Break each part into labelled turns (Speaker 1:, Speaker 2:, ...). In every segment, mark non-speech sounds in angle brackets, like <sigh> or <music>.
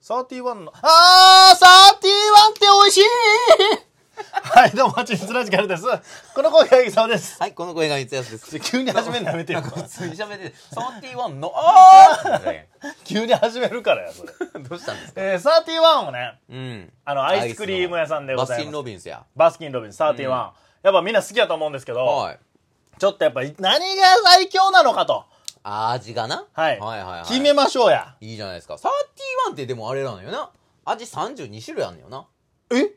Speaker 1: サーティワンの、あー、サーティワンって美味しいはい、 <laughs> どうも、チンスラジカルです。この声が八木沢です。
Speaker 2: はい、この声が三つやすで
Speaker 1: <laughs>
Speaker 2: す。
Speaker 1: 急に始めるのやめてよ
Speaker 2: なん。か普通に喋ってて、サーティ
Speaker 1: <laughs>
Speaker 2: ワンの、あ
Speaker 1: 急に始めるからや、それ。 <laughs>
Speaker 2: ーどうしたんですか
Speaker 1: えー、サーティワンをね、
Speaker 2: うん。
Speaker 1: あの、アイスクリーム屋さんでござ
Speaker 2: バス
Speaker 1: い
Speaker 2: キ
Speaker 1: ま
Speaker 2: ン・
Speaker 1: す。
Speaker 2: ロビンスや。
Speaker 1: バスキンロビン、サーティワン。やっぱみんな好きやと思うんですけど、
Speaker 2: はい。
Speaker 1: ちょっとやっぱ何が最強なのかと、
Speaker 2: 味がな。
Speaker 1: はい、
Speaker 2: はいはいはい。
Speaker 1: 決めましょうや。
Speaker 2: いいじゃないですか。サーティワンってでもあれなのよな。味32種類あんのよな。
Speaker 1: え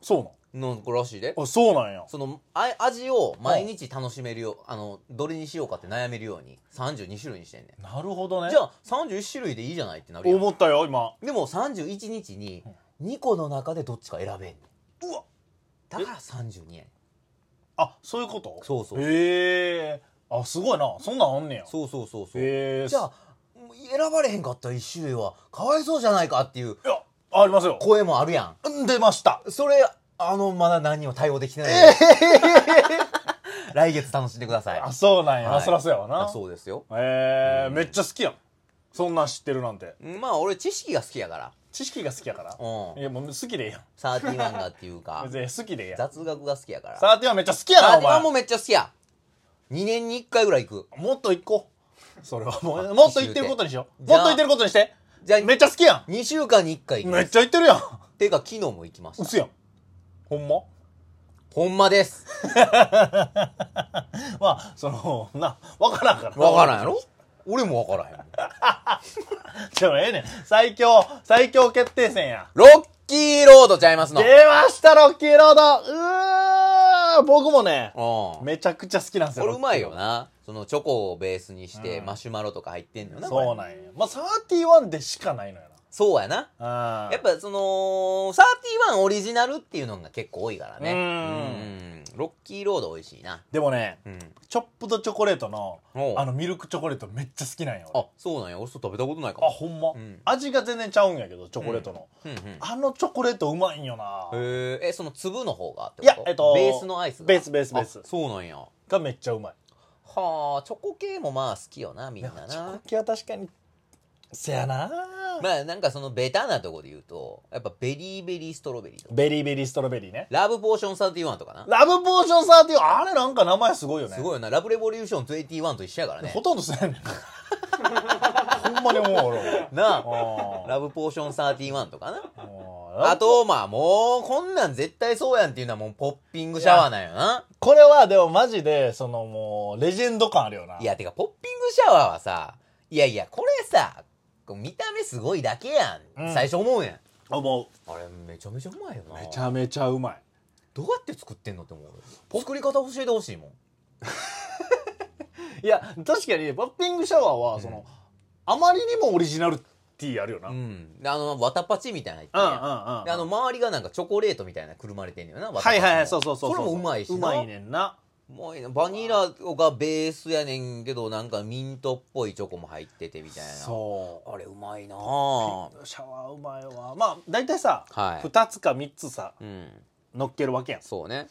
Speaker 1: そう
Speaker 2: なんからしいで
Speaker 1: な。のあ、そうなんや。
Speaker 2: そのあ味を毎日楽しめるよ、あのどれにしようかって悩めるように32種類にしてんね
Speaker 1: なるほど
Speaker 2: ん
Speaker 1: ね
Speaker 2: じゃ。あ31種類でいいじゃないってなるやん
Speaker 1: 思ったよ、今。
Speaker 2: でも31日に2個の中でどっちか選べんねん
Speaker 1: うわ
Speaker 2: だから32円
Speaker 1: あそういうこと
Speaker 2: そうそう
Speaker 1: へえあすごいなそんなんあんねや
Speaker 2: そうそうそうそう、
Speaker 1: へえ
Speaker 2: じゃあもう選ばれへんかった1種類はかわいそうじゃないかっていう
Speaker 1: いやありますよ
Speaker 2: 声もあるや
Speaker 1: うん出ました
Speaker 2: んそれあのまだ何にも対応できてない、 <laughs> 来月楽しんでください
Speaker 1: あそうなんや、
Speaker 2: はい
Speaker 1: あそらそうやわ
Speaker 2: あ
Speaker 1: な
Speaker 2: そうですよ
Speaker 1: へえ
Speaker 2: うん
Speaker 1: めっちゃ好きやんそんなん知ってるなんて
Speaker 2: まあ俺知識が好きやから
Speaker 1: 知識が好きやから
Speaker 2: うん
Speaker 1: いやもう好きでええやん
Speaker 2: サーティワンがっていうか
Speaker 1: <laughs> 別に好きでええやん
Speaker 2: 雑学が好きやから
Speaker 1: サ
Speaker 2: サ
Speaker 1: ーティワンめっちゃ好きやな
Speaker 2: ー
Speaker 1: お
Speaker 2: ティワン
Speaker 1: 前
Speaker 2: もめっちゃ好きや2年に1回ぐらい行く
Speaker 1: もっと行こうそれはもうもっと言ってることにしよう
Speaker 2: じゃ
Speaker 1: も
Speaker 2: あ
Speaker 1: っと言ってることにして
Speaker 2: じゃあ
Speaker 1: めっちゃ好きや
Speaker 2: 2週間に1回
Speaker 1: ん
Speaker 2: 行き
Speaker 1: め
Speaker 2: ま
Speaker 1: っ
Speaker 2: す
Speaker 1: ちゃ言ってるやん
Speaker 2: ていうか昨日も行きまし
Speaker 1: う
Speaker 2: た
Speaker 1: やんほんま
Speaker 2: ほんまです
Speaker 1: まあそのな <laughs> わからんから
Speaker 2: 分からんやろ俺も分からへん
Speaker 1: でもええねん。最強、最強決定戦や。
Speaker 2: ロッキーロードちゃいますの
Speaker 1: 出ました、ロッキーロードうー僕もね、
Speaker 2: うん
Speaker 1: めちゃくちゃ好きなんです
Speaker 2: こ
Speaker 1: よ。
Speaker 2: れうまいよ
Speaker 1: ロッ
Speaker 2: なそのチョコをベースにして、
Speaker 1: うん
Speaker 2: マシュマロとか入ってんのよ
Speaker 1: キーロード。そう
Speaker 2: なこれ
Speaker 1: なんや。まあ、31でしかないのよ
Speaker 2: そうやな
Speaker 1: な。うん。
Speaker 2: やっぱそのサーティワンオリジナルっていうのが結構多いからね
Speaker 1: う
Speaker 2: うんロッキーロード美味しいな
Speaker 1: でもね、
Speaker 2: うん
Speaker 1: チョップドチョコレートの、
Speaker 2: おう
Speaker 1: あの、ミルクチョコレートめっちゃ好きなんよ。俺
Speaker 2: あそうなんや俺そう食べたことないか
Speaker 1: あ、
Speaker 2: も
Speaker 1: ほんま
Speaker 2: うん。
Speaker 1: 味が全然ちゃうんやけど、チョコレートの。
Speaker 2: うんうんへ
Speaker 1: あのチョコレートうまいんよな。
Speaker 2: ーえその粒の方がってこと
Speaker 1: いやえっと
Speaker 2: ベースのアイスが
Speaker 1: ベースベースベース
Speaker 2: あそうなんやは
Speaker 1: がめっちゃうまい。
Speaker 2: あチョコ系もまあ好きよなみんな
Speaker 1: チョコ
Speaker 2: な
Speaker 1: 系は確かに、せやな。
Speaker 2: まあなんかそのベタなとこで言うとやっぱベリーベリーストロベリーとか
Speaker 1: ベリーベリーストロベリーね。
Speaker 2: ラブポーションサーティワンとかな
Speaker 1: ラブポーションサーティあれなんか名前すごいよね。
Speaker 2: すごいよな。ラブレボリューション21と一緒やからね
Speaker 1: ほ。とんどすないねん。 <laughs> ほんまに思う俺
Speaker 2: なあ。
Speaker 1: も。あ
Speaker 2: ラブポーション31とかな。
Speaker 1: ー
Speaker 2: あ
Speaker 1: あと、
Speaker 2: と、まあ、もう、こんなん絶対そうやんっていうのはもう、ポッピングシャワーなんよな。
Speaker 1: これはでもマジで、そのもう、レジェンド感あるよな。
Speaker 2: いや、てか、ポッピングシャワーはさ、いやいや、これさ、こう見た目すごいだけやん。
Speaker 1: うん
Speaker 2: 最初思うやん。
Speaker 1: 思
Speaker 2: あれ、めちゃめちゃうまいよ
Speaker 1: う。
Speaker 2: な。
Speaker 1: めちゃめちゃうまい。
Speaker 2: どうやって作ってんのって思う。作り方教えてほしいもん。
Speaker 1: いや、確かに、バッピングシャワーは、その、あまりにもオリジナルティーあるよな。う
Speaker 2: うん
Speaker 1: うんうん
Speaker 2: ん。であの、わたパチみたいなの入ってるやんであの、周りがなんかチョコレートみたいなのくるまれてんのよな。わた
Speaker 1: は
Speaker 2: パチ
Speaker 1: い
Speaker 2: も
Speaker 1: はいはい、そうそうそう。
Speaker 2: それもうまいしな
Speaker 1: うまいねんな。
Speaker 2: うまいなバニラがベースやねんけどなんかミントっぽいチョコも入っててみたいな
Speaker 1: そう。
Speaker 2: あれうまいな
Speaker 1: バッピングシャワーうまいわ。まあ、大体さ、
Speaker 2: はい
Speaker 1: 2つか3つさ、
Speaker 2: うん
Speaker 1: 乗っけるわけやん。
Speaker 2: そうね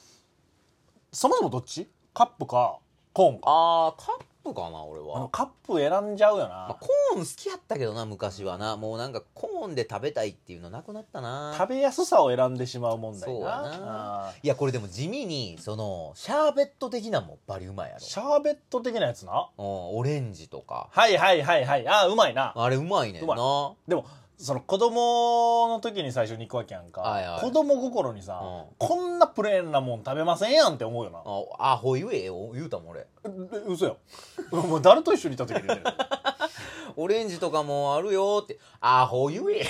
Speaker 1: そもそもどっちカップかコーンか
Speaker 2: あーカップかな俺
Speaker 1: あの
Speaker 2: は、
Speaker 1: カップ選んじゃうよ
Speaker 2: まあ
Speaker 1: な、
Speaker 2: コーン好きやったけどな昔はなもうなんかコーンで食べたいっていうのなくなったな
Speaker 1: 食べやすさを選んでしまう問題
Speaker 2: そうや
Speaker 1: な
Speaker 2: な
Speaker 1: あー
Speaker 2: いやこれでも地味にそのシャーベット的なんもバリうまいやろ
Speaker 1: シャーベット的なやつな
Speaker 2: うんオレンジとか
Speaker 1: はいはいはいはいああうまいな
Speaker 2: あれうまいねん
Speaker 1: う
Speaker 2: な
Speaker 1: でもその子供の時に最初に行くわけやんか、
Speaker 2: はいはい
Speaker 1: 子供心にさ、
Speaker 2: うん
Speaker 1: こんなプレーンなもん食べませんやんって思うよな
Speaker 2: ああほいえよ言うたもん俺
Speaker 1: う嘘よ <laughs> もう誰と一緒にいた時に言
Speaker 2: <laughs>
Speaker 1: ってる
Speaker 2: オレンジとかもあるよってあほゆえ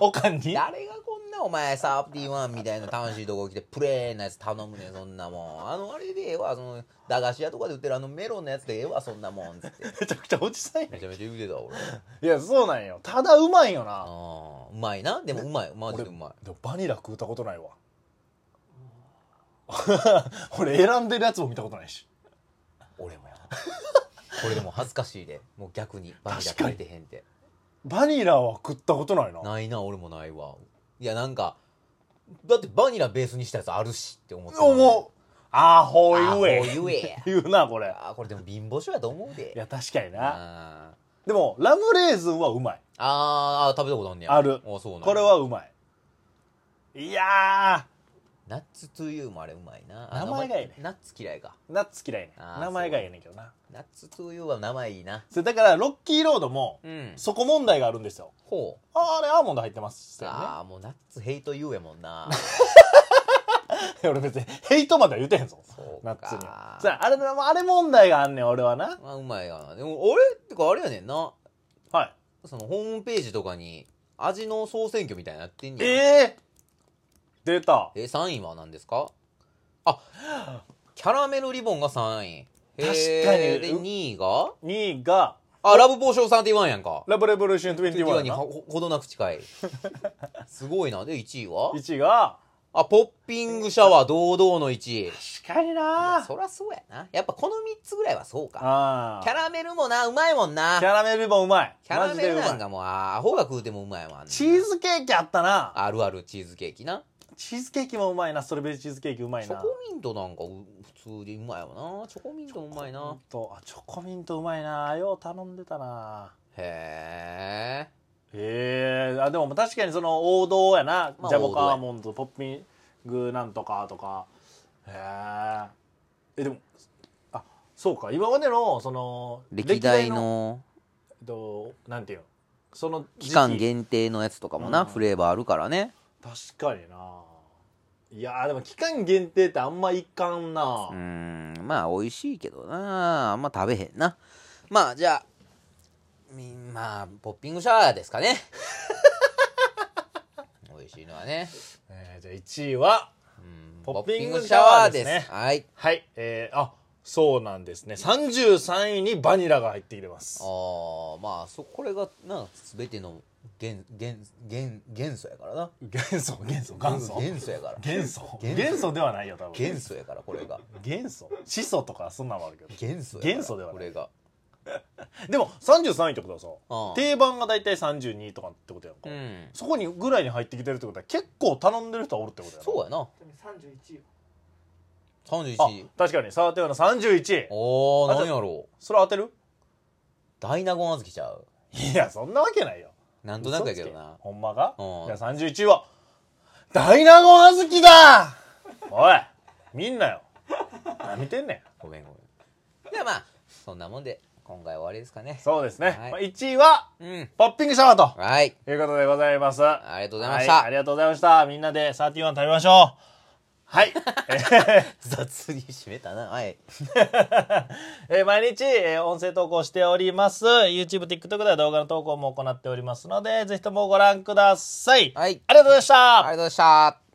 Speaker 1: おかんに
Speaker 2: 誰がこんなお前サーティワンみたいな楽しいとこ来てプレーンなやつ頼むねんそんなもんあのあれでええわその駄菓子屋とかで売ってるあのメロンのやつでええわそんなもんつって
Speaker 1: めちゃくちゃおじさんやん
Speaker 2: めちゃめちゃ言うてたわ俺
Speaker 1: いやそうなんよただうまいよな
Speaker 2: あーうまいなでもうまいマジでうまい
Speaker 1: でもバニラ食うたことないわ <laughs> 俺選んでるやつも見たことないし
Speaker 2: 俺もやこれでも恥ずかしいでもう逆にバニラ
Speaker 1: 確か
Speaker 2: 食
Speaker 1: に
Speaker 2: べてへんって
Speaker 1: バニラは食ったことないな
Speaker 2: ないな俺もないわいやなんかだってバニラベースにしたやつあるしって思って
Speaker 1: 思うあほうゆえ
Speaker 2: あほうゆえ
Speaker 1: 言うなこれ
Speaker 2: あーこれでも貧乏症やと思うで
Speaker 1: いや確かにな
Speaker 2: あ
Speaker 1: でもラムレーズンはうまい
Speaker 2: あーあー食べたことあんねや
Speaker 1: ある
Speaker 2: おそうなんや
Speaker 1: これはうまいいや
Speaker 2: ナッツトゥーユーもあれうまいなあ
Speaker 1: 名前がええね
Speaker 2: 名前ナッツ嫌いか
Speaker 1: ーナッツ嫌いね
Speaker 2: あー
Speaker 1: 名前がええねんけどな
Speaker 2: ナッツトゥーユーは名前いいな
Speaker 1: それだからロッキーロードも
Speaker 2: うん
Speaker 1: そこ問題があるんですよ
Speaker 2: ほう
Speaker 1: ああれアーモンド入ってますよ
Speaker 2: ああもうナッツヘイトユーやもんな
Speaker 1: ね <laughs> 俺別にヘイトまでは言ってへんぞ
Speaker 2: そうか
Speaker 1: ナッツにはさああれあれ問題があんねん俺はな
Speaker 2: まあうまいがなでも俺ってかあれやねんな
Speaker 1: はい
Speaker 2: そのホームページとかに味の総選挙みたいなのやってんね
Speaker 1: え
Speaker 2: や
Speaker 1: え出た
Speaker 2: え3位は何ですかあキャラメルリボンが3位
Speaker 1: 確かに
Speaker 2: へーで2位が
Speaker 1: 2位が
Speaker 2: あラブポーション31やんか
Speaker 1: ラブレボリューション
Speaker 2: 21に
Speaker 1: 21
Speaker 2: ほほどな
Speaker 1: <laughs>
Speaker 2: く近いすごいなで1位は
Speaker 1: 1位が
Speaker 2: あポッピングシャワー堂々の1位
Speaker 1: 確かにな
Speaker 2: そりゃそうやなやっぱこの3つぐらいはそうか
Speaker 1: あ
Speaker 2: キ
Speaker 1: ー
Speaker 2: ャラメルもなうまいもんな
Speaker 1: キャラメルもうまい
Speaker 2: キャラメル
Speaker 1: マ
Speaker 2: な
Speaker 1: ジでうま
Speaker 2: ん
Speaker 1: い
Speaker 2: かもうアホが食うてもうまいわ
Speaker 1: チーズケーキあったな
Speaker 2: あるあるチーズケーキな
Speaker 1: チーズケーキもうまいなストロベリーチーズケーキうまい
Speaker 2: チョ
Speaker 1: な
Speaker 2: コミントなんかう普通でうまいわなチョコミントもうまいな
Speaker 1: とあチョコミントうまいなよう頼んでたな
Speaker 2: へえ
Speaker 1: へえあでも確かにその王道やな、
Speaker 2: まあ
Speaker 1: ジャボ
Speaker 2: 王道
Speaker 1: カ
Speaker 2: や
Speaker 1: アーモンドポッピングなんとかとかへーえでもあそうか今までのその
Speaker 2: 歴代の
Speaker 1: えっとなんていうのその時期
Speaker 2: 期間限定のやつとかもな、
Speaker 1: うん
Speaker 2: フレーバーあるからね
Speaker 1: 確かにないやーでも期間限定ってあんまいかんな、
Speaker 2: うーんまあ美味しいけどなあんま食べへんなまあじゃあみまあポッピングシャワーですか
Speaker 1: <laughs>
Speaker 2: ね美味しいのはね
Speaker 1: えーじゃあ1位は
Speaker 2: うん
Speaker 1: ポッピングシャワーですね
Speaker 2: ポッピングシャワはい
Speaker 1: はいえー、あそうなんですね33位にバニラが入っています
Speaker 2: ああまあそこれがな全ての元元元元素やからな
Speaker 1: 元素元素元素
Speaker 2: 元素やから
Speaker 1: 元素
Speaker 2: 元素
Speaker 1: 元素ではないよ多分
Speaker 2: 元素やからこれが
Speaker 1: 元素シソとかそんなのもあるけど
Speaker 2: 元素やから
Speaker 1: 元素ではない
Speaker 2: これが
Speaker 1: でも33位ってことはさ
Speaker 2: ああ
Speaker 1: 定番が大体32とかってことやんか、
Speaker 2: うん
Speaker 1: そこにぐらいに入ってきてるってことは結構頼んでる人はおるってことやな
Speaker 2: そうやな
Speaker 3: 31位
Speaker 2: 31
Speaker 1: あ確かにサーティワンの31位
Speaker 2: おー何やろう
Speaker 1: それ当てる
Speaker 2: 大納言あずきちゃう
Speaker 1: いやそんなわけないよ
Speaker 2: なんとなくやけどな
Speaker 1: 嘘つけほんまか、
Speaker 2: うん
Speaker 1: じゃあ31位は大納言あずきだおいみんなよ何見てんね
Speaker 2: ごめんごめんじゃあまあそんなもんで今回は終わりですかね
Speaker 1: んそうですね、
Speaker 2: はい
Speaker 1: まあ、1位は
Speaker 2: うん
Speaker 1: ポッピングシャワーと
Speaker 2: はい
Speaker 1: いうことでございます
Speaker 2: ありがとうございました、
Speaker 1: はい、ありがとうございました。みんなで31食べましょう。
Speaker 2: <laughs>
Speaker 1: はい。
Speaker 2: 雑に締めたなはい
Speaker 1: えー毎日、えー音声投稿しております。YouTube、TikTok では動画の投稿も行っておりますので、ぜひともご覧ください。
Speaker 2: はい
Speaker 1: ありがとうございました。
Speaker 2: ありがとうございました